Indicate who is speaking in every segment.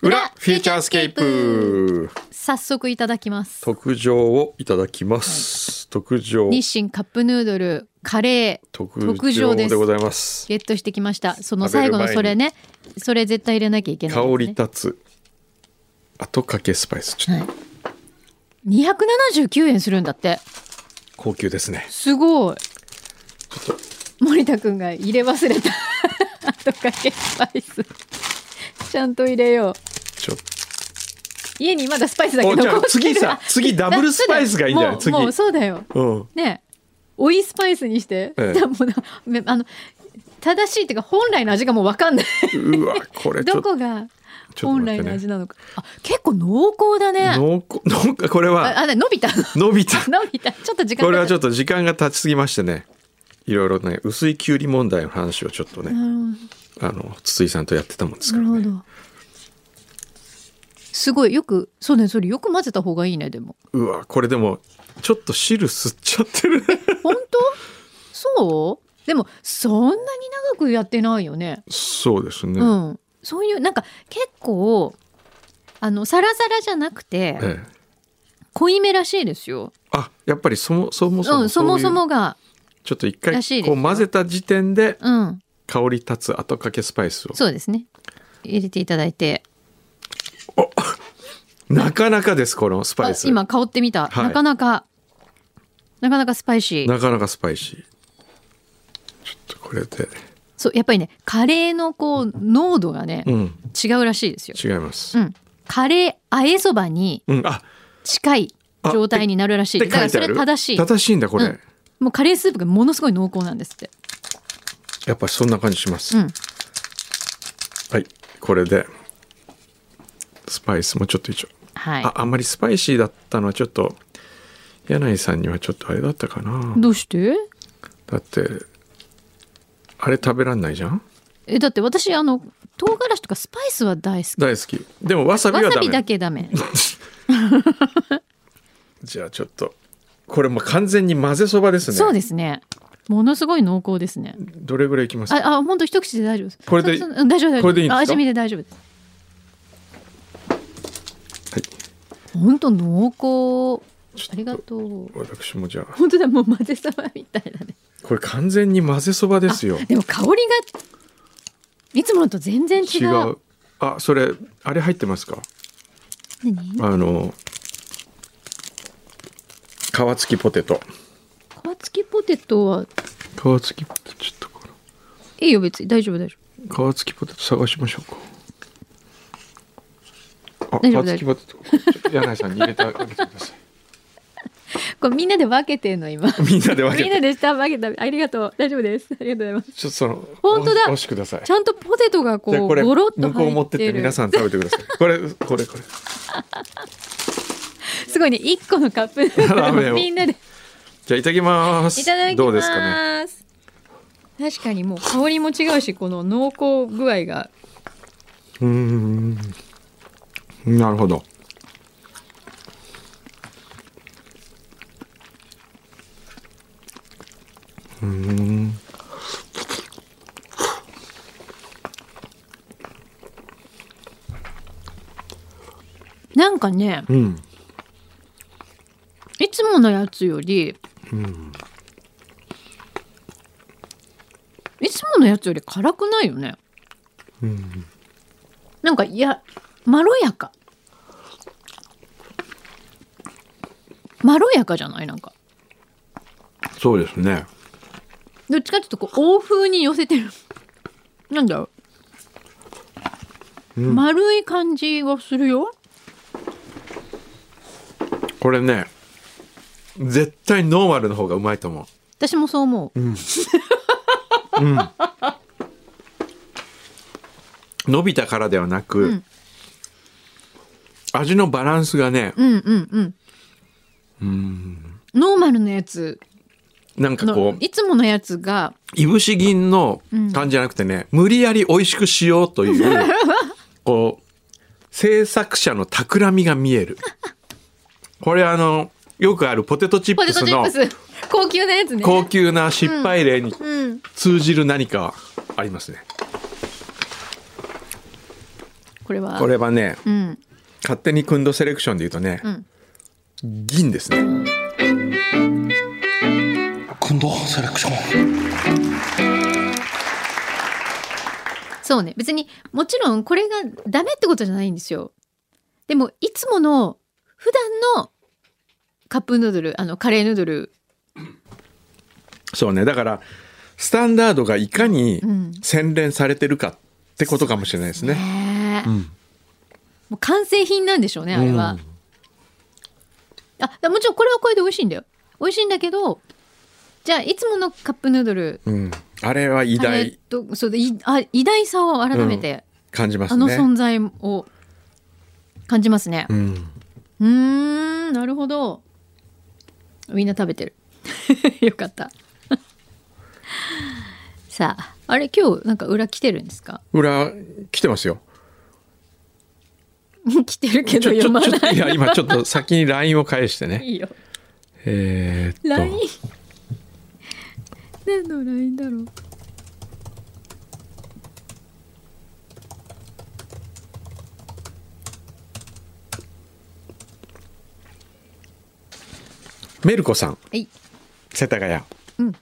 Speaker 1: フューチャースケープ
Speaker 2: 早速いただきます
Speaker 1: 特上をいただきます、特上
Speaker 2: 日清カップヌードルカレー
Speaker 1: 特
Speaker 2: 特上
Speaker 1: 上
Speaker 2: です
Speaker 1: でございます
Speaker 2: ゲットしてきましたその最後のそれねそれ絶対入れなきゃいけない
Speaker 1: 香
Speaker 2: ですね、
Speaker 1: り立つ後かけスパイスちょっと
Speaker 2: はい、279円するんだって
Speaker 1: 高級ですね
Speaker 2: すごい森田くんが入れ忘れた 後かけスパイスちゃんと入れよう
Speaker 1: ちょっ
Speaker 2: 家にまだスパイスだけ
Speaker 1: おじゃあ
Speaker 2: 残ってる
Speaker 1: 次さ次ダブルスパイスがいいんじゃない
Speaker 2: もう
Speaker 1: 次
Speaker 2: もう そうだよ
Speaker 1: とうん
Speaker 2: ねえ追いスパイスにして、
Speaker 1: ええ
Speaker 2: だ からもうなあの正しいっていうか本来の味がもう分かんないう
Speaker 1: わこれちょ
Speaker 2: ど
Speaker 1: っと
Speaker 2: こ
Speaker 1: ち
Speaker 2: が
Speaker 1: ょっと
Speaker 2: 本
Speaker 1: 待っ
Speaker 2: 来
Speaker 1: てね
Speaker 2: の味なのか、あ結構濃厚だね
Speaker 1: 濃厚濃厚これ
Speaker 2: あ
Speaker 1: は
Speaker 2: あね伸びた
Speaker 1: 伸びた
Speaker 2: 伸びたちょっと時間
Speaker 1: これはちょ
Speaker 2: っ
Speaker 1: っと時間が経ちすぎましてねいろいろね薄いきゅうり問題の話をちょっとね、あの筒井さんとやってたもんです
Speaker 2: な
Speaker 1: か
Speaker 2: る
Speaker 1: ら
Speaker 2: ほ
Speaker 1: ね
Speaker 2: どすごいよくそうねそれよく混ぜた方がいいねでも
Speaker 1: うわこれでもちょっと汁吸っちゃって る
Speaker 2: 本当そうでもそんなに長くやってないよね
Speaker 1: そうですね、
Speaker 2: うん、そういうなんか結構あのサラサラじゃなくて
Speaker 1: ええ、
Speaker 2: 濃いめらしいですよ。
Speaker 1: あやっぱりそもそもそも
Speaker 2: うん、そもそもが、
Speaker 1: ちょっと一
Speaker 2: ら
Speaker 1: 回
Speaker 2: しいです
Speaker 1: こ
Speaker 2: よ
Speaker 1: う混ぜた時点で
Speaker 2: うん、
Speaker 1: 香り立つ後かけスパイスを
Speaker 2: そうですね。入れていただいて、
Speaker 1: なかなかですこのスパ
Speaker 2: あ
Speaker 1: イス
Speaker 2: 今香ってみた、
Speaker 1: はい
Speaker 2: なかなかなかなかスパイシー。
Speaker 1: なかなかスパイシーちょっとこれで
Speaker 2: そうやっぱりねカレーのこう濃度がね、
Speaker 1: うん
Speaker 2: 違うらしいです
Speaker 1: 違
Speaker 2: よ。
Speaker 1: います
Speaker 2: う、ん、カレーあえそばに
Speaker 1: うんあ
Speaker 2: 近い
Speaker 1: あ
Speaker 2: 状態になるらしい
Speaker 1: っ
Speaker 2: で
Speaker 1: て
Speaker 2: す。だか
Speaker 1: 書い
Speaker 2: ら
Speaker 1: て
Speaker 2: そ
Speaker 1: あ
Speaker 2: れ
Speaker 1: る
Speaker 2: 正しい。
Speaker 1: 正しいんだこれ、
Speaker 2: うんもうカレースープがものすごい濃厚なんですって。
Speaker 1: やっぱそんな感じします、
Speaker 2: うん
Speaker 1: はいこれでスパイスもちょっと一応、
Speaker 2: はい
Speaker 1: あ。あんまりスパイシーだったのはちょっと柳井さんにはちょっとあれだったかな
Speaker 2: どうして？
Speaker 1: だってあれ食べらんないじゃん
Speaker 2: えだって私あの唐辛子とかスパイスは大好き
Speaker 1: 大好きでもわさび
Speaker 2: わ
Speaker 1: は
Speaker 2: さ
Speaker 1: ダ
Speaker 2: び
Speaker 1: メ
Speaker 2: だけダメ
Speaker 1: じゃあちょっとこれもう完全に混ぜそばですね
Speaker 2: そうですねものすごい濃厚ですね
Speaker 1: どれぐらいいきますか
Speaker 2: ああ本当一口で大丈夫です
Speaker 1: これで
Speaker 2: そそうん大丈夫大丈夫
Speaker 1: これでいいんですか
Speaker 2: あ味見で大丈夫です
Speaker 1: はい
Speaker 2: 本当濃厚ありがとう
Speaker 1: 私もじゃあ
Speaker 2: 本当だもう混ぜそばみたいだね
Speaker 1: これ完全に混ぜそばですよ
Speaker 2: でも香りがいつものと全然違
Speaker 1: 違
Speaker 2: う
Speaker 1: うあそれあれ入ってますか
Speaker 2: 何
Speaker 1: あの皮付きポテト
Speaker 2: 皮付きポテトは
Speaker 1: 皮付きポテトちょっとこ
Speaker 2: いいよ別に大丈夫大丈夫
Speaker 1: の皮付きポテト探しましょうかあ
Speaker 2: 大丈夫
Speaker 1: 皮付きポテトちょっと柳井さんに入れてあげてください
Speaker 2: これみんなで分けてんの今
Speaker 1: みんなで分け
Speaker 2: みん
Speaker 1: て
Speaker 2: なで下分けたありがとう大丈夫ですありがとうございます
Speaker 1: ちょっとその
Speaker 2: 本当だ
Speaker 1: お押してください
Speaker 2: ちゃんとポテトがこ
Speaker 1: じゃあ
Speaker 2: う
Speaker 1: これ
Speaker 2: ゴロッと入ってる
Speaker 1: 向こう持ってって皆さん食べてくださいこれこれこれ
Speaker 2: すごいね一個のカップヌ ードル
Speaker 1: ラーメンを
Speaker 2: みんなで
Speaker 1: じゃあいただきます
Speaker 2: いただきます
Speaker 1: どうですかね
Speaker 2: 確かにもう香りも違うしこの濃厚具合が
Speaker 1: うーんなるほど
Speaker 2: なんかね
Speaker 1: うん
Speaker 2: いつものやつより、いつものやつより辛くないよね、なんかいやまろやかまろやかじゃないなんか
Speaker 1: そうですね
Speaker 2: どっちかっていうとこう欧風に寄せてるなんだろう、丸い感じがするよ
Speaker 1: これね絶対ノーマルの方がうまいと思
Speaker 2: 私もそう思う、
Speaker 1: う伸びたからではなく、
Speaker 2: ん
Speaker 1: 味のバランスがね、
Speaker 2: うん、うんうんノーマルのやつ
Speaker 1: なんかこ
Speaker 2: の
Speaker 1: う
Speaker 2: いつものやつが
Speaker 1: いぶし銀の感じじゃなくてね、無理やり美味しくしようという こう制作者の企みが見えるこれあのよくあるポテトチッ
Speaker 2: ポ
Speaker 1: プ
Speaker 2: テ
Speaker 1: ス
Speaker 2: トチッ
Speaker 1: の
Speaker 2: プス高級なやつね
Speaker 1: 高級な失敗例に
Speaker 2: うん
Speaker 1: 通じる何かありますね、
Speaker 2: これは
Speaker 1: これはね
Speaker 2: うん
Speaker 1: 勝手にくんどセレクションで言うとね、
Speaker 2: うん
Speaker 1: 銀ですね
Speaker 3: くんどセレクション
Speaker 2: そうね別にもちろんこれがダメってことじゃないんですよでもいつもの普段のカップヌードルあのカレーヌードル
Speaker 1: そうねだからスタンダードがいかに
Speaker 2: うん
Speaker 1: 洗練されてるかってことかもしれないですね、
Speaker 2: ねえ
Speaker 1: ん
Speaker 2: もう完成品なんでしょうねあれは、
Speaker 1: うん
Speaker 2: あもちろんこれはこれで美味しいんだよ美味しいんだけどじゃあいつものカップヌードル
Speaker 1: うん、あれは偉
Speaker 2: あれ
Speaker 1: 大
Speaker 2: とそうでいあ偉大さを改めて、
Speaker 1: 感じま
Speaker 2: あ
Speaker 1: す
Speaker 2: の
Speaker 1: ね、
Speaker 2: 存在を感じますね
Speaker 1: うん、
Speaker 2: うーんなるほどみんな食べてる よかった さああれ今日なんか裏来てるんですか
Speaker 1: 裏来てますよ
Speaker 2: 来てるけ
Speaker 1: ち
Speaker 2: ど
Speaker 1: ょち
Speaker 2: 読
Speaker 1: ょ
Speaker 2: ま
Speaker 1: ちょっと
Speaker 2: ないい
Speaker 1: や今ちょっと先に LINE を返してね
Speaker 2: いいよ
Speaker 1: えー、っ
Speaker 2: LINE
Speaker 1: と
Speaker 2: 何の LINE だろう
Speaker 1: メルコさん
Speaker 2: はい
Speaker 1: 世田谷、
Speaker 2: うん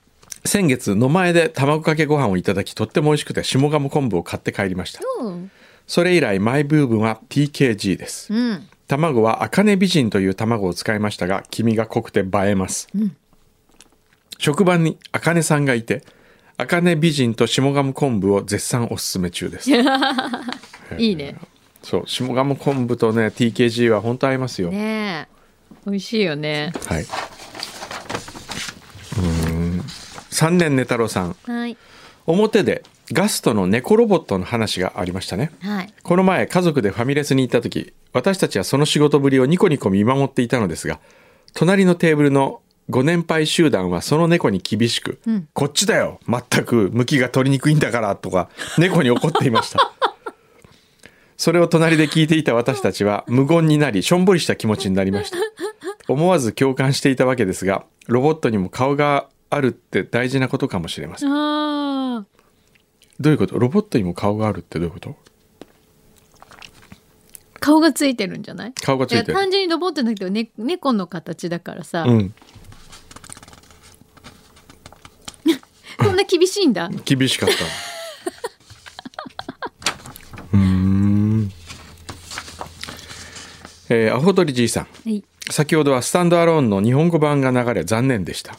Speaker 1: 先月の前で卵かけご飯をいただきとっても美味しくて下鴨昆布を買って帰りました
Speaker 2: うん
Speaker 1: それ以来マイブームは TKG です
Speaker 2: うん
Speaker 1: 卵は茜美人という卵を使いましたが黄身が濃くて映えます、職場に茜さんがいて茜美人と下鴨昆布を絶賛おすすめ中です
Speaker 2: いいね
Speaker 1: そう下鴨昆布とね TKG は本当合いますよ、
Speaker 2: ねえ美味しいよね
Speaker 1: はい。うーん。三年寝太郎さん、
Speaker 2: はい
Speaker 1: 表でガストの猫ロボットの話がありましたね。
Speaker 2: はい
Speaker 1: この前家族でファミレスに行った時私たちはその仕事ぶりをニコニコ見守っていたのですが隣のテーブルのご年配集団はその猫に厳しく「
Speaker 2: うん
Speaker 1: こっちだよ全く向きが取りにくいんだから」とか猫に怒っていました それを隣で聞いていた私たちは無言になりしょんぼりした気持ちになりました思わず共感していたわけですがロボットにも顔があるって大事なことかもしれません
Speaker 2: あー
Speaker 1: どういうことロボットにも顔があるってどういうこと
Speaker 2: 顔がついてるんじゃない
Speaker 1: 顔がついてる
Speaker 2: や単純にロボットだけど、ね、猫の形だからさ、
Speaker 1: うん
Speaker 2: こんな厳しいんだ
Speaker 1: 厳しかったうーんえー、アホトリじいさん
Speaker 2: はい
Speaker 1: 先ほどはスタンドアローンの日本語版が流れ残念でした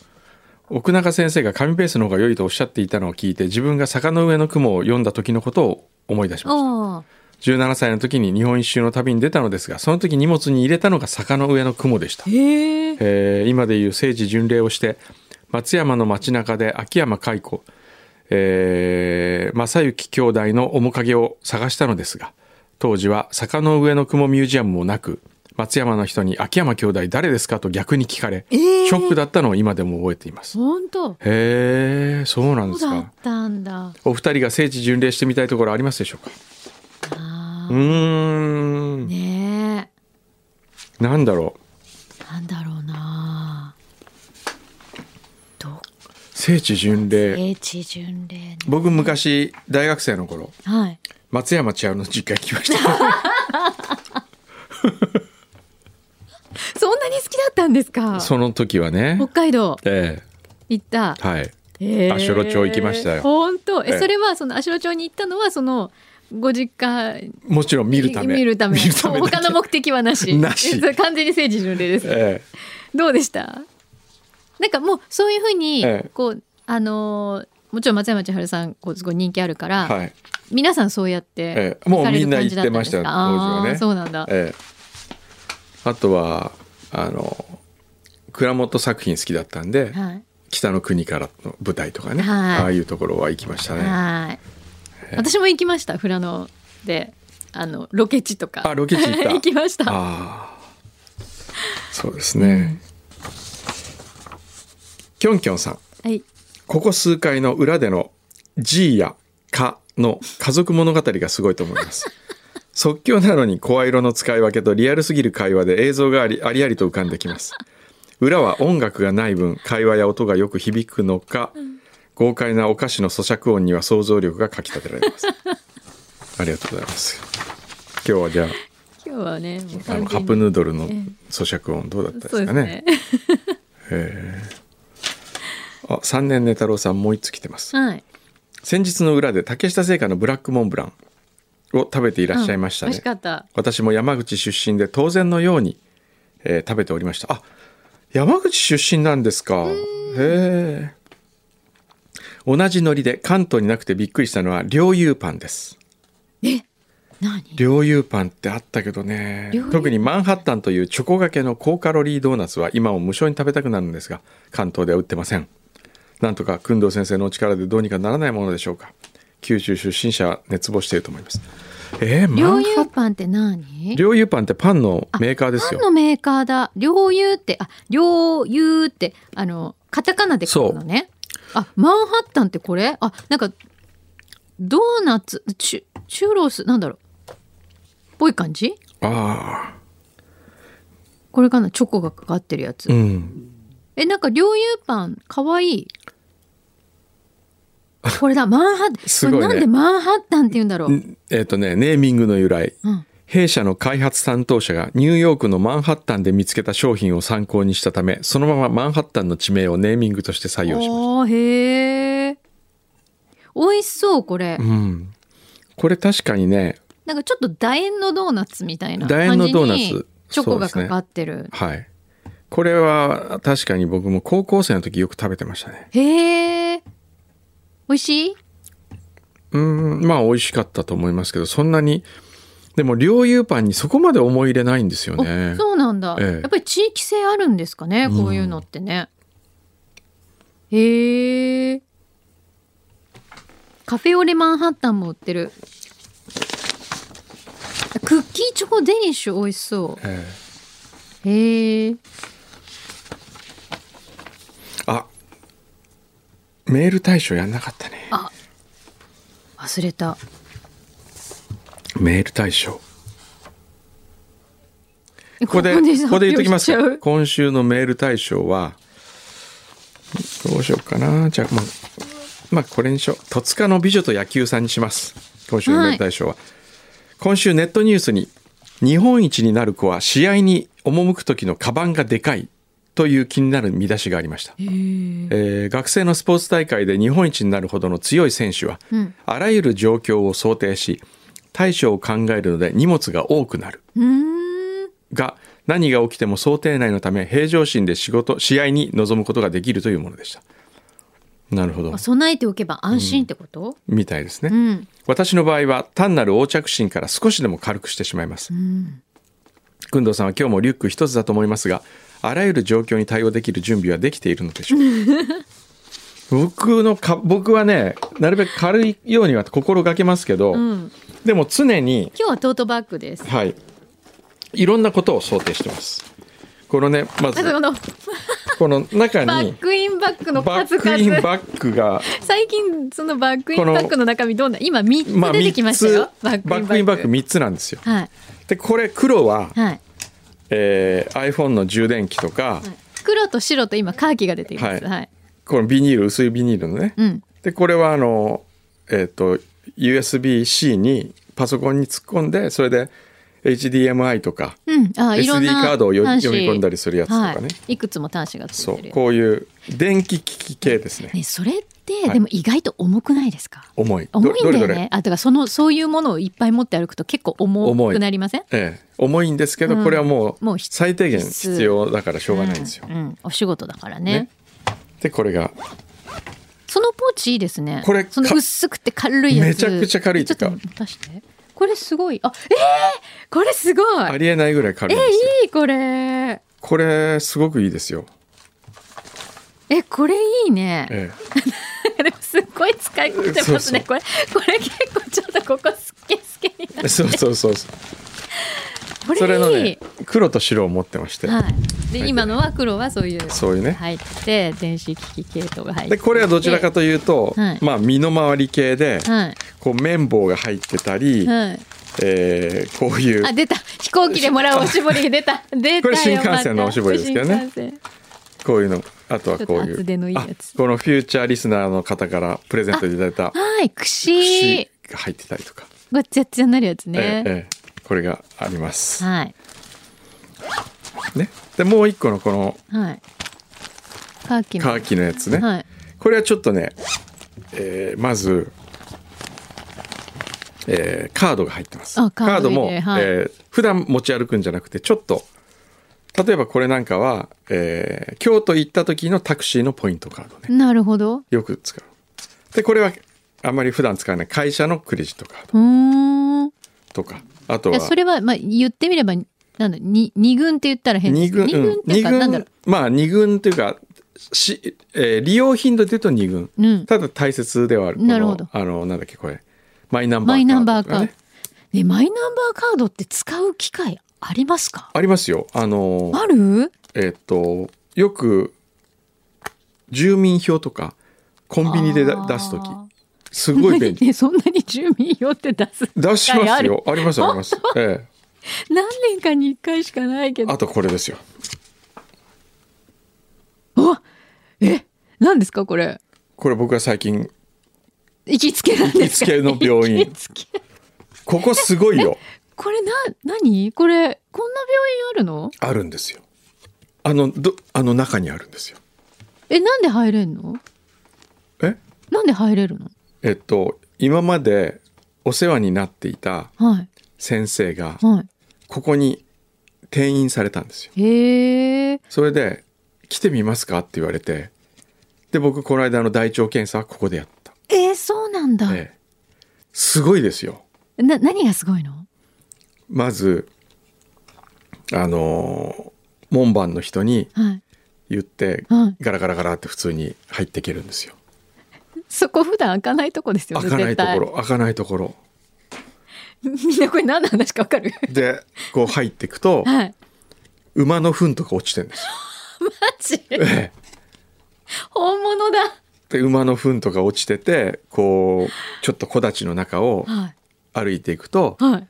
Speaker 1: 奥中先生が紙ペースの方が良いとおっしゃっていたのを聞いて自分が坂の上の雲を読んだ時のことを思い出しました
Speaker 2: おー
Speaker 1: 17歳の時に日本一周の旅に出たのですがその時荷物に入れたのが坂の上の雲でした
Speaker 2: へえ
Speaker 1: えー今でいう聖地巡礼をして松山の街中で秋山開子、えー正幸兄弟の面影を探したのですが当時は坂の上の雲ミュージアムもなく松山の人に「秋山兄弟誰ですか?」と逆に聞かれ、
Speaker 2: えー
Speaker 1: ショックだったのを今でも覚えています。
Speaker 2: 本当
Speaker 1: へえそうなんで
Speaker 2: そう
Speaker 1: す
Speaker 2: だっ
Speaker 1: か。
Speaker 2: たんだ
Speaker 1: お二人が聖地巡礼してみたいところありますでしょうか
Speaker 2: あ
Speaker 1: うー
Speaker 2: ー
Speaker 1: ん、
Speaker 2: ね
Speaker 1: なんだろう
Speaker 2: えなんだろうなど
Speaker 1: 聖地巡礼
Speaker 2: 英知巡礼ね
Speaker 1: 僕昔大学生の頃
Speaker 2: はい
Speaker 1: 松山千春の実家行きました。
Speaker 2: そんなに好きだったんです か
Speaker 1: その時はね
Speaker 2: 北。海道
Speaker 1: え
Speaker 2: 行った
Speaker 1: えはい。
Speaker 2: えー
Speaker 1: 足寄町行きましたよ
Speaker 2: 本当え、
Speaker 1: ええ
Speaker 2: それはその足寄町に行ったのはそのご実家
Speaker 1: もちろん見るため。
Speaker 2: 見るため
Speaker 1: 見るためだけ
Speaker 2: 他の目的はなし
Speaker 1: なし
Speaker 2: えそれ完全に政治巡礼です、
Speaker 1: え
Speaker 2: どうでしたなんかもうそういうふうに、
Speaker 1: ええ
Speaker 2: こうあのーもちろん松山千春さんこうすごい人気あるから、
Speaker 1: えはい。
Speaker 2: 皆さんそうやっ
Speaker 1: え
Speaker 2: て
Speaker 1: えもう
Speaker 2: かれる
Speaker 1: みんな
Speaker 2: 感じだたんですか
Speaker 1: 行ってましたよ当時はね
Speaker 2: あーそうなんだ、
Speaker 1: ええあとは、あの、倉本作品好きだったんで、
Speaker 2: はい
Speaker 1: 北の国からの舞台とかね、
Speaker 2: はい
Speaker 1: ああいうところは行きましたね。
Speaker 2: はい
Speaker 1: え
Speaker 2: 私も行きました富良野であのロケ地とか
Speaker 1: あ、ロケ地行った。
Speaker 2: 行きました
Speaker 1: ああ。そうですね。きょんきょんさん。
Speaker 2: はい
Speaker 1: ここ数回の裏での「G」や「か」の家族物語がすごいと思い ます。即興なのに声色の使い分けとリアルすぎる会話で映像がありありありと浮かんできます。裏は音楽がない分会話や音がよく響くのか豪快なお 菓子の咀嚼音には想像力がかきたてられます。ありがとうございます。日はじゃあ
Speaker 2: 今日はねもう
Speaker 1: あ
Speaker 2: 完全
Speaker 1: の
Speaker 2: に
Speaker 1: カップヌードルの咀嚼音どうだったですかね
Speaker 2: そうで
Speaker 1: えーあ三年寝太郎さんもう一つ来てます
Speaker 2: すねはい
Speaker 1: 先日の裏で竹下製菓のブラックモンブランを食べていらっしゃいました
Speaker 2: うん
Speaker 1: ね、
Speaker 2: 美味しかった
Speaker 1: 私も山口出身で当然のように、えー食べておりましたあ山口出身なんですかへえ同じノリで関東になくてびっくりしたのは両友パンです
Speaker 2: え何
Speaker 1: 両友パンってあったけどね
Speaker 2: 両友
Speaker 1: 特にマンハッタンというチョコがけの高カロリードーナツは今も無償に食べたくなるんですが関東では売ってませんなんとか工藤先生のお力でどうにかならないものでしょうか九州出身者は熱望していると思いますえー、マ
Speaker 2: 両
Speaker 1: ンハ
Speaker 2: 友
Speaker 1: ッ
Speaker 2: パンって何
Speaker 1: 両友パンってパンのメーカーです
Speaker 2: パン
Speaker 1: よ
Speaker 2: のメーカーだ両友ってあ両友ってあのカタカナで書くのねあマンハッタンってこれあなんかドーナツチュチュロスなんだろうっぽい感じ
Speaker 1: あ
Speaker 2: これかなチョコがかかってるやつ、
Speaker 1: あうん
Speaker 2: えなんか両友パンかわいい これだマンハッタン
Speaker 1: すごいね
Speaker 2: これなんでマンハッタンって言うんだろう、
Speaker 1: んえっ、とねネーミングの由来
Speaker 2: うん、
Speaker 1: 弊社の開発担当者がニューヨークのマンハッタンで見つけた商品を参考にしたためそのままマンハッタンの地名をネーミングとして採用しました
Speaker 2: あーへえ美味しそうこれ、
Speaker 1: うん、これ確かにね
Speaker 2: なんかちょっと楕円のドーナツみたいな
Speaker 1: 楕円
Speaker 2: 感
Speaker 1: の
Speaker 2: じ
Speaker 1: ドーナツ
Speaker 2: にチョコがかかってる、
Speaker 1: はいこれは確かに僕も高校生の時よく食べてましたね
Speaker 2: へえ美味しい
Speaker 1: うんまあ美味しかったと思いますけどそんなにでも両友パンにそこまで思い入れないんですよ
Speaker 2: あ、
Speaker 1: ね
Speaker 2: そうなんだ、
Speaker 1: ええ
Speaker 2: やっぱり地域性あるんですかねこういうのってね、へえカフェオレマンハッタンも売ってるクッキーチョコデニッシュ美味しそう
Speaker 1: え
Speaker 2: へえ
Speaker 1: えあメール対象やんなかったね
Speaker 2: あ忘れた
Speaker 1: メール対象
Speaker 2: え
Speaker 1: ここで、こ
Speaker 2: こさ
Speaker 1: こで言っときます
Speaker 2: 発
Speaker 1: か
Speaker 2: 表しちゃう
Speaker 1: 今週のメール対象は、どうしようかな。じゃあ、まあ、まあ、これにしよう。戸塚の美女と野球さんにします。今週のメール対象は。今週ネットニュースに、日本一になる子は試合に赴く時のカバンがでかいという気になる見出しがありました。えー学生のスポーツ大会で日本一になるほどの強い選手は、
Speaker 2: うん
Speaker 1: あらゆる状況を想定し、対処を考えるので荷物が多くなる。
Speaker 2: うーん
Speaker 1: が何が起きても想定内のため平常心で仕事試合に臨むことができるというものでしたなるほど
Speaker 2: あ備えておけば安心ってこと、
Speaker 1: みたいですね、
Speaker 2: うん
Speaker 1: 私の場合は単なる横着心から少しでも軽くしてしまいます工藤さんは今日もリュック一つだと思いますがあらゆる状況に対応できる準備はできているのでしょうか 僕のか僕はねなるべく軽いようには心がけますけど、
Speaker 2: うん
Speaker 1: でも常に
Speaker 2: 今日はトートバッ グです。
Speaker 1: はいいろんなことを想定してますこのねまず
Speaker 2: あとこの
Speaker 1: この中
Speaker 2: バ
Speaker 1: に
Speaker 2: ックインバッグの
Speaker 1: バ
Speaker 2: 数
Speaker 1: ックイン
Speaker 2: 々。
Speaker 1: バッグが
Speaker 2: 最近そのバックイン
Speaker 1: この
Speaker 2: バッグの中身どんな今三
Speaker 1: ま
Speaker 2: つ
Speaker 1: あ
Speaker 2: 出てきま
Speaker 1: 3
Speaker 2: した
Speaker 1: つ
Speaker 2: よ。
Speaker 1: バックインバッグ3つなんですよ。
Speaker 2: はい
Speaker 1: でこれ黒は、
Speaker 2: はい。
Speaker 1: えー iPhone の充電器とか、
Speaker 2: 黒と白と今カーキが出ています。
Speaker 1: はい
Speaker 2: はい。
Speaker 1: このビニール薄いビニールのね。
Speaker 2: うん。
Speaker 1: でこれはあのえっ、と USB-C にパソコンに突っ込んでそれで HDMI とか
Speaker 2: うん。あいろん
Speaker 1: SD
Speaker 2: な
Speaker 1: カードをよ
Speaker 2: 端子
Speaker 1: 読み込んだりするやつとかね
Speaker 2: はい。いくつも端子がつい
Speaker 1: そ
Speaker 2: てる
Speaker 1: う
Speaker 2: やつ。
Speaker 1: こういう電気機器系ですね。
Speaker 2: ねそれって、
Speaker 1: はい
Speaker 2: でも意外と重くないですか。
Speaker 1: 重い。ど
Speaker 2: 重いんだよね。
Speaker 1: どれどれ
Speaker 2: あだからそのそういうものをいっぱい持って歩くと結構重
Speaker 1: 重い
Speaker 2: くなりません。
Speaker 1: ええ重いんですけど、
Speaker 2: うん
Speaker 1: これはも
Speaker 2: もう
Speaker 1: う
Speaker 2: 必須
Speaker 1: 最低限必要だからしょうがないんですよ。
Speaker 2: うんうんお仕事だからね
Speaker 1: ねでこれが
Speaker 2: そのポーチいいですね。
Speaker 1: これ
Speaker 2: その
Speaker 1: か
Speaker 2: 薄くて軽いやつ。
Speaker 1: めちゃくちゃ軽い
Speaker 2: ち
Speaker 1: と
Speaker 2: ょっと
Speaker 1: か
Speaker 2: 出して。これすごい。あ、ええー、これすご
Speaker 1: あ
Speaker 2: い。
Speaker 1: りえないぐらい軽
Speaker 2: え
Speaker 1: いんですよ。
Speaker 2: いいこれ。
Speaker 1: これすごくいいですよ。
Speaker 2: えこれいいね。
Speaker 1: え
Speaker 2: でもすっごい使い切ってます
Speaker 1: そうそ
Speaker 2: ね。
Speaker 1: う
Speaker 2: これこれ結構ちょっとここすっけすけにな
Speaker 1: え、そうそうそうそう。
Speaker 2: これいい。
Speaker 1: それのね、黒と白を持ってまして、
Speaker 2: はい。で
Speaker 1: はい
Speaker 2: 今のは黒はそういう
Speaker 1: そういうね。
Speaker 2: 入って電子機器系統が入って
Speaker 1: で
Speaker 2: いて。
Speaker 1: これはどちらかというと、
Speaker 2: はい
Speaker 1: まあ身の回り系で、
Speaker 2: はい
Speaker 1: こう綿棒が入ってたり、
Speaker 2: はい。
Speaker 1: えーこういう
Speaker 2: あ出た飛行機でもらうおしぼり出た出た よ
Speaker 1: これ新幹線のおしぼりですけどね
Speaker 2: また新幹線
Speaker 1: こういうの、あとはこう
Speaker 2: ちょっ
Speaker 1: い
Speaker 2: と
Speaker 1: う。
Speaker 2: 厚手のいいやつ
Speaker 1: あこのフューチャーリスナーの方からプレゼントいただいた
Speaker 2: はい、串
Speaker 1: 串が入ってたりとか。
Speaker 2: ごっちゃっちゃになるやつ
Speaker 1: ええ
Speaker 2: ね。
Speaker 1: ええこれがあります。
Speaker 2: はい
Speaker 1: ね。で、もう一個のこの
Speaker 2: はいカーキの
Speaker 1: カーキのやつね。
Speaker 2: はい
Speaker 1: これはちょっとね、えーまず、えーカードが入ってます。
Speaker 2: あカード
Speaker 1: も、
Speaker 2: 入れはい
Speaker 1: えー普段持ち歩くんじゃなくて、ちょっと、例えばこれなんかは、えー京都行った時のタクシーのポイントカードね。
Speaker 2: なるほど
Speaker 1: よく使う。で、これはあんまり普段使わない会社のクレジットカード
Speaker 2: うーん
Speaker 1: とか、あと
Speaker 2: い
Speaker 1: は
Speaker 2: や、それは、まあ、言ってみれば、なんだ、に二軍って言ったら変で
Speaker 1: 二
Speaker 2: すけど
Speaker 1: 軍、うん
Speaker 2: 二軍っていうか、なんだろ
Speaker 1: まあ二軍というか、しえー利用頻度で言うと二軍。
Speaker 2: う。うん。
Speaker 1: ただ大切ではある。
Speaker 2: なるほど
Speaker 1: このあの、なんだっけ、これ。マイナンバーカード、
Speaker 2: マイナンバーカー
Speaker 1: ね。
Speaker 2: ド。ね、マイナンバーカードって使う機会ありますか
Speaker 1: ありますよ。あの、
Speaker 2: ある
Speaker 1: えっと、よく、住民票とか、コンビニでだ出すとき、すごい便利。
Speaker 2: 利。そんなに住民票って出す。
Speaker 1: 出し
Speaker 2: 機会
Speaker 1: ま
Speaker 2: あ
Speaker 1: す
Speaker 2: る
Speaker 1: よ。あります、あり ます。ええ。
Speaker 2: 何年かに一回しかないけど。
Speaker 1: あとこれですよ。
Speaker 2: おえ何ですかこれ。
Speaker 1: これ僕が最近、
Speaker 2: 行きつけなんですか
Speaker 1: 行きつけの病院
Speaker 2: 行きつけ
Speaker 1: ここすごいよ。
Speaker 2: これな、何これ、こんな病院あるの
Speaker 1: あるんですよ。あの、ど、あの中にあるんですよ。
Speaker 2: え、なんで入れんの
Speaker 1: え
Speaker 2: なんで入れるの
Speaker 1: えっと今までお世話になっていた
Speaker 2: はい。
Speaker 1: 先生が
Speaker 2: はい。
Speaker 1: ここに転院されたんですよ
Speaker 2: へえ。
Speaker 1: それで「来てみますか?」って言われてで僕この間の大腸検査はここでやった、
Speaker 2: えー、そうなんだ。
Speaker 1: ええすごいですよ
Speaker 2: な、何がすごいの
Speaker 1: まずあのー門番の人に
Speaker 2: はい。
Speaker 1: 言って、
Speaker 2: はい
Speaker 1: ガラガラガラって普通に入っていけるんですよ
Speaker 2: そこ普段開かないとこですよね。
Speaker 1: 開かないとこ
Speaker 2: 絶
Speaker 1: ろ開かないところ
Speaker 2: 対。 みんなこれ何の話かわかる
Speaker 1: でこう入っていくと
Speaker 2: はい。
Speaker 1: 馬の糞とか落ちてるんですよ、
Speaker 2: マジ
Speaker 1: ええ
Speaker 2: 本物だ。
Speaker 1: で馬の糞とか落ちててこうちょっと木立の中を
Speaker 2: は
Speaker 1: 歩いていくと
Speaker 2: い。はい。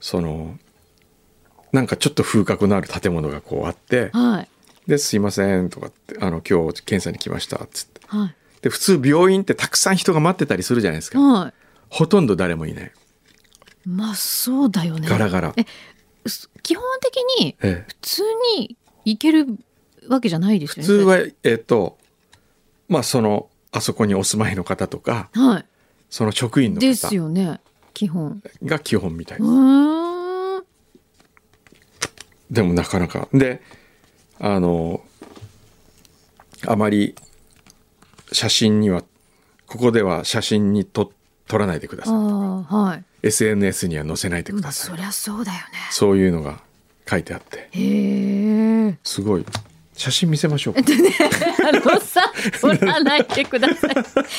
Speaker 1: そのなんかちょっと風格のある建物がこうあって
Speaker 2: はい。
Speaker 1: 「ですいません」とかって「あの今日検査に来ました」っつって
Speaker 2: はい。
Speaker 1: で普通病院ってたくさん人が待ってたりするじゃないですか
Speaker 2: は
Speaker 1: ほとんど誰もいない
Speaker 2: い。まあ、そうだよね。
Speaker 1: ガラガラ
Speaker 2: えす基本的に、
Speaker 1: ええ
Speaker 2: 普通に行けるわけじゃないですよ
Speaker 1: 普
Speaker 2: ね。
Speaker 1: 通はえっとまあそのあそこにお住まいの方とか
Speaker 2: それ。はい。
Speaker 1: その職員の
Speaker 2: です
Speaker 1: 方
Speaker 2: よね。基本。
Speaker 1: が基本みたいうな
Speaker 2: ーん。
Speaker 1: でもなかなか。で、あの、あまり写真には、ここでは写真にと撮らないでくだ
Speaker 2: あ
Speaker 1: さい。
Speaker 2: あ、はい。
Speaker 1: SNS には載せないでく
Speaker 2: まあ、
Speaker 1: ださ
Speaker 2: そ
Speaker 1: い。
Speaker 2: りゃそうだよね。
Speaker 1: そういうのが書いてあって、
Speaker 2: へえ。
Speaker 1: すごい。写真見せましょうか。
Speaker 2: あのさ、 取らないでくださ い。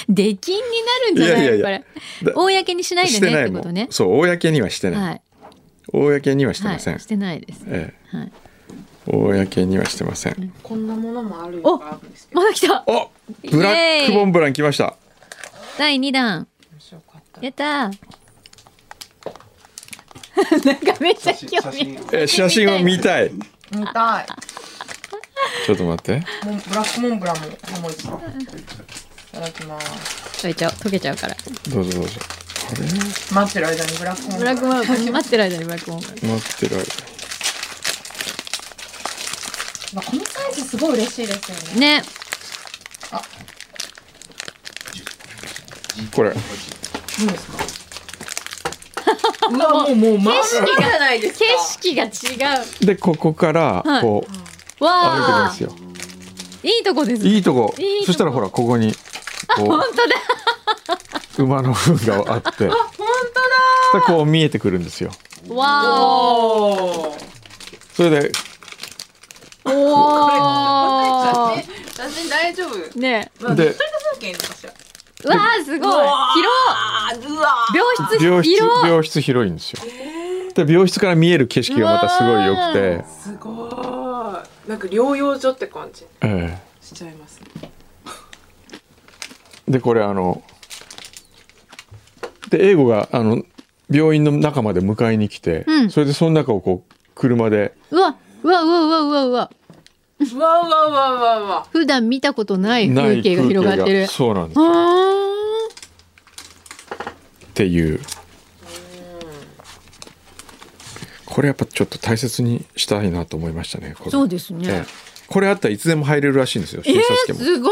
Speaker 2: 出禁になるんじゃない
Speaker 1: いやいやいや
Speaker 2: これ。
Speaker 1: だ
Speaker 2: 公にしないで
Speaker 1: して
Speaker 2: ね
Speaker 1: な
Speaker 2: っ
Speaker 1: い
Speaker 2: て
Speaker 1: も
Speaker 2: こと
Speaker 1: ん、
Speaker 2: ね。
Speaker 1: そう、公にはしてない。
Speaker 2: はい。
Speaker 1: 公にはして
Speaker 2: は
Speaker 1: ません。
Speaker 2: い。してないです。
Speaker 1: え
Speaker 2: はい。
Speaker 1: え公にはしてません。
Speaker 4: こんなものもあるよ
Speaker 2: お
Speaker 4: があるんですけど、
Speaker 2: まだ来た。
Speaker 1: おブラックボンブラン来ました。
Speaker 2: 第二弾。
Speaker 4: もしよかったら
Speaker 2: やったー。 なんかめっちゃ興味。
Speaker 1: え写真を見たい。
Speaker 4: 見たい。
Speaker 1: ちょっと待って。
Speaker 4: モンブラックモンブランももう一個。いただきます。
Speaker 2: 溶 けちゃう、溶けちゃうから。
Speaker 1: どうぞどうぞ。これ
Speaker 4: 待ってる間にブラックモン
Speaker 2: ブ
Speaker 4: ブ
Speaker 2: ラッ
Speaker 4: ラン。
Speaker 2: クモンブラン、待ってる間にブラックモンブラン。
Speaker 1: 待ってる間。
Speaker 4: まあこのサイズすごい嬉しいですよね。
Speaker 2: ね、
Speaker 1: これ。
Speaker 4: いいですか。うわもうもうまん
Speaker 2: 景色が
Speaker 4: まじゃないですか。
Speaker 2: 景色が違う。
Speaker 1: でここから
Speaker 2: はい
Speaker 1: こう歩いていくん
Speaker 2: わあ
Speaker 1: です、よ、
Speaker 2: いいとこですね。
Speaker 1: い、いとこ
Speaker 2: いいとこ
Speaker 1: そしたらほらここにこ
Speaker 2: 本当だ。
Speaker 1: う馬の糞があってで
Speaker 4: 本当
Speaker 1: こう見えてくるんですよ
Speaker 2: わあ。
Speaker 4: だ。おお。
Speaker 1: それで
Speaker 2: おお。
Speaker 4: 写真大丈夫。
Speaker 2: ね。
Speaker 1: で
Speaker 4: 風景かしら。
Speaker 2: うわあすごい広
Speaker 4: うわー。
Speaker 2: い病
Speaker 1: 病室
Speaker 2: 室広い
Speaker 1: 病室広いんですよで病室から見える景色がまたすごい良くて、
Speaker 4: すごい。なんか療養所って感じ
Speaker 1: え
Speaker 4: しちゃいますね。
Speaker 1: えでこれあので英語があの病院の中まで迎えに来て、
Speaker 2: うん
Speaker 1: それでその中をこう車で
Speaker 2: うわうわうわうわうわうわ
Speaker 4: うわうわうわうわうわ。
Speaker 2: 普段見たことない
Speaker 1: ない
Speaker 2: 風景が広がってる
Speaker 1: そうなんです
Speaker 2: あ
Speaker 1: っていうこれやっぱちょっと大切にしたいなと思いましたねこれ
Speaker 2: そうですね。
Speaker 1: ええこれあったらいつでも入れるらしいんですよ
Speaker 2: え
Speaker 1: 診察券
Speaker 2: ー、
Speaker 1: も、
Speaker 2: すごい。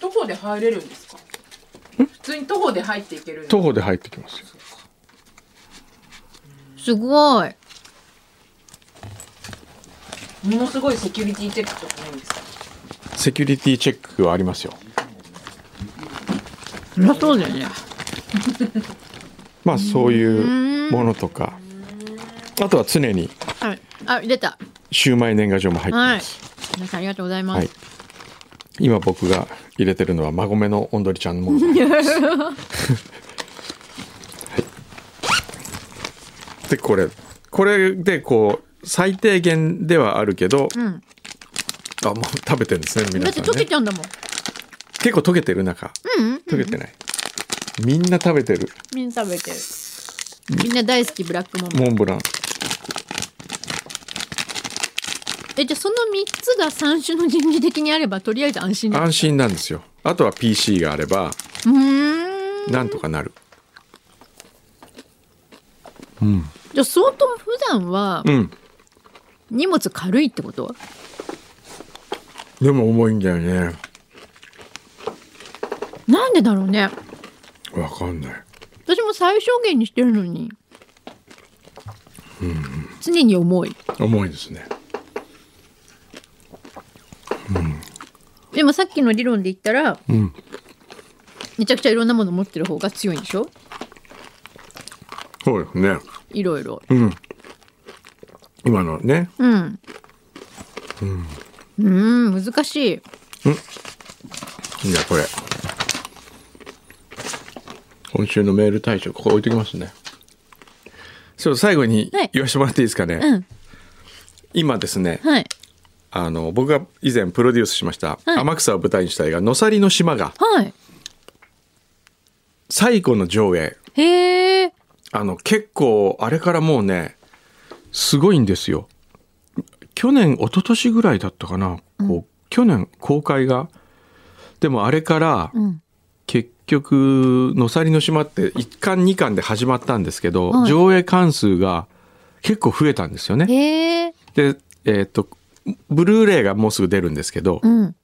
Speaker 4: 徒歩で入れるんですか普通に徒歩で入っていける
Speaker 1: 徒歩で入ってきますよ
Speaker 2: すごい。
Speaker 4: ものすごいセキュリティチェックとかないんですか
Speaker 1: セキュリティチェックはありますよ
Speaker 2: そりゃそうだよね。
Speaker 1: まあそういうものとかあとは常に
Speaker 2: はい。あ、出た。
Speaker 1: シューマイ年賀状も入って
Speaker 2: は
Speaker 1: ま
Speaker 2: い
Speaker 1: す、。
Speaker 2: 皆さんありがとうございます。
Speaker 1: はい今僕が入れてるのは馬込のおんどりちゃんのものはいでこれこれでこう最低限ではあるけど、あ
Speaker 2: ん
Speaker 1: もう食べてるんですね
Speaker 2: だ
Speaker 1: 皆
Speaker 2: って
Speaker 1: さん
Speaker 2: 溶け
Speaker 1: ね
Speaker 2: ちゃうんだもん。
Speaker 1: 結構溶けてる中、溶けてないみんな食べてる
Speaker 2: みんな食べてる。みんな大好きブラックモンブラン。
Speaker 1: モンブラン
Speaker 2: え、じゃあその三つが三種の神器的にあればとりあえず安心だ。
Speaker 1: 安心なんですよあとは PC があれば
Speaker 2: うーん。
Speaker 1: なんとかなる
Speaker 2: じゃあ相当普段は
Speaker 1: うん
Speaker 2: 荷物軽いってこと？
Speaker 1: でも重いんだよね
Speaker 2: なんでだろうね。
Speaker 1: わかんない
Speaker 2: 私も最小限にしてるのに。常に重い。
Speaker 1: 重いですね
Speaker 2: でもさっきの理論で言ったら、
Speaker 1: ん
Speaker 2: めちゃくちゃいろんなもの持ってる方が強いんでしょ？
Speaker 1: そうですね
Speaker 2: いろいろ。
Speaker 1: うん今のね
Speaker 2: うん。うん。うん難しい。
Speaker 1: じゃあこれ今週のメール対象ここ置いてきますねそう最後に
Speaker 2: はい
Speaker 1: 言わせてもらっていいですかね、
Speaker 2: うん
Speaker 1: 今ですね
Speaker 2: はい。
Speaker 1: あの僕が以前プロデュースしました、
Speaker 2: はい
Speaker 1: 天草を舞台にした映画「のさりの島」が
Speaker 2: はい。
Speaker 1: 最後の上映
Speaker 2: へえ。
Speaker 1: あの結構あれからもうねすごいんですよ去年一昨年ぐらいだったかな、こう去年公開がでもあれから、
Speaker 2: うん。
Speaker 1: 結局「のさりの島」って1巻2巻で始まったんですけど、
Speaker 2: はい
Speaker 1: 上映巻数が結構増えたんですよね。
Speaker 2: へえ。
Speaker 1: で、えっとブルーレイがもうすぐ出るんですけど、
Speaker 2: うん。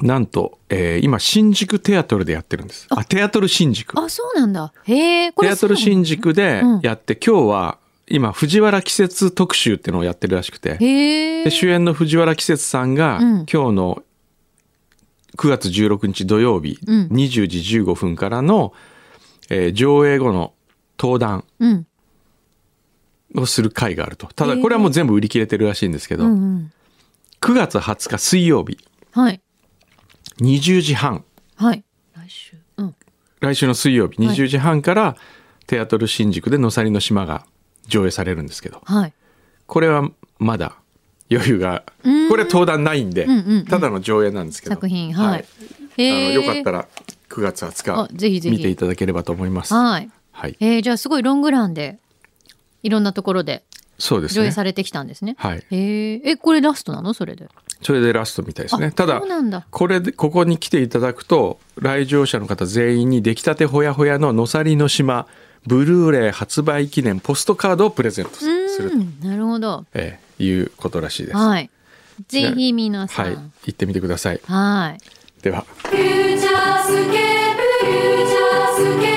Speaker 1: なんと、えー今新宿テアトルでやってるんです。あテアトル新宿。
Speaker 2: あ、そうなんだ。へえ。こ
Speaker 1: テ
Speaker 2: れ
Speaker 1: アトル新宿で
Speaker 2: うん
Speaker 1: やって、今日は今藤原季節特集っていうのをやってるらしくて、
Speaker 2: へえ。
Speaker 1: で主演の藤原季節さんが、
Speaker 2: うん
Speaker 1: 今日の9月16日土曜日、
Speaker 2: うん
Speaker 1: 20時15分からの、えー上映後の登壇
Speaker 2: うん。
Speaker 1: をする会があるとた
Speaker 2: へ
Speaker 1: だ
Speaker 2: ー
Speaker 1: これはもう全部売り切れてるらしいんですけど、
Speaker 2: うんうん。
Speaker 1: 9月20日水曜日
Speaker 2: はい。
Speaker 1: 20時半
Speaker 2: はい。来週。うん。
Speaker 1: 来週の水曜日
Speaker 2: はい
Speaker 1: 20時半から、テアトル新宿で「のさりの島」が上映されるんですけど
Speaker 2: はい。
Speaker 1: これはまだ余裕が
Speaker 2: うん
Speaker 1: これは登壇ないんで、
Speaker 2: うんうんうん
Speaker 1: ただの上映なんですけど
Speaker 2: 作品
Speaker 1: あの
Speaker 2: はい。へえ。
Speaker 1: よかった
Speaker 2: ら。
Speaker 1: ら9月
Speaker 2: あ
Speaker 1: 20、
Speaker 2: ぜひ
Speaker 1: 日
Speaker 2: ぜひ。
Speaker 1: 見ていただければと思います。は
Speaker 2: はい。
Speaker 1: い、
Speaker 2: えー、じゃあすごいロングランでいろんなところで
Speaker 1: そうです
Speaker 2: 上映
Speaker 1: ね
Speaker 2: さ。れてきたんですね。
Speaker 1: はい、
Speaker 2: えー、えこれラストなのそれで。
Speaker 1: それでラストみたいですね。
Speaker 2: あ
Speaker 1: ただ
Speaker 2: そうなんだ
Speaker 1: これでここに来ていただくと来場者の方全員に出来たてほやほやののさりの島ブルーレイ発売記念ポストカードをプレゼントす
Speaker 2: う
Speaker 1: るすると
Speaker 2: ー、んなるほど。
Speaker 1: ええいうことらしいです。は
Speaker 2: はい。ぜひ皆さ
Speaker 1: い、
Speaker 2: ん。
Speaker 1: 行ってみてください。
Speaker 2: はい。
Speaker 1: では。
Speaker 5: 「フューチャースケープフューチャースケ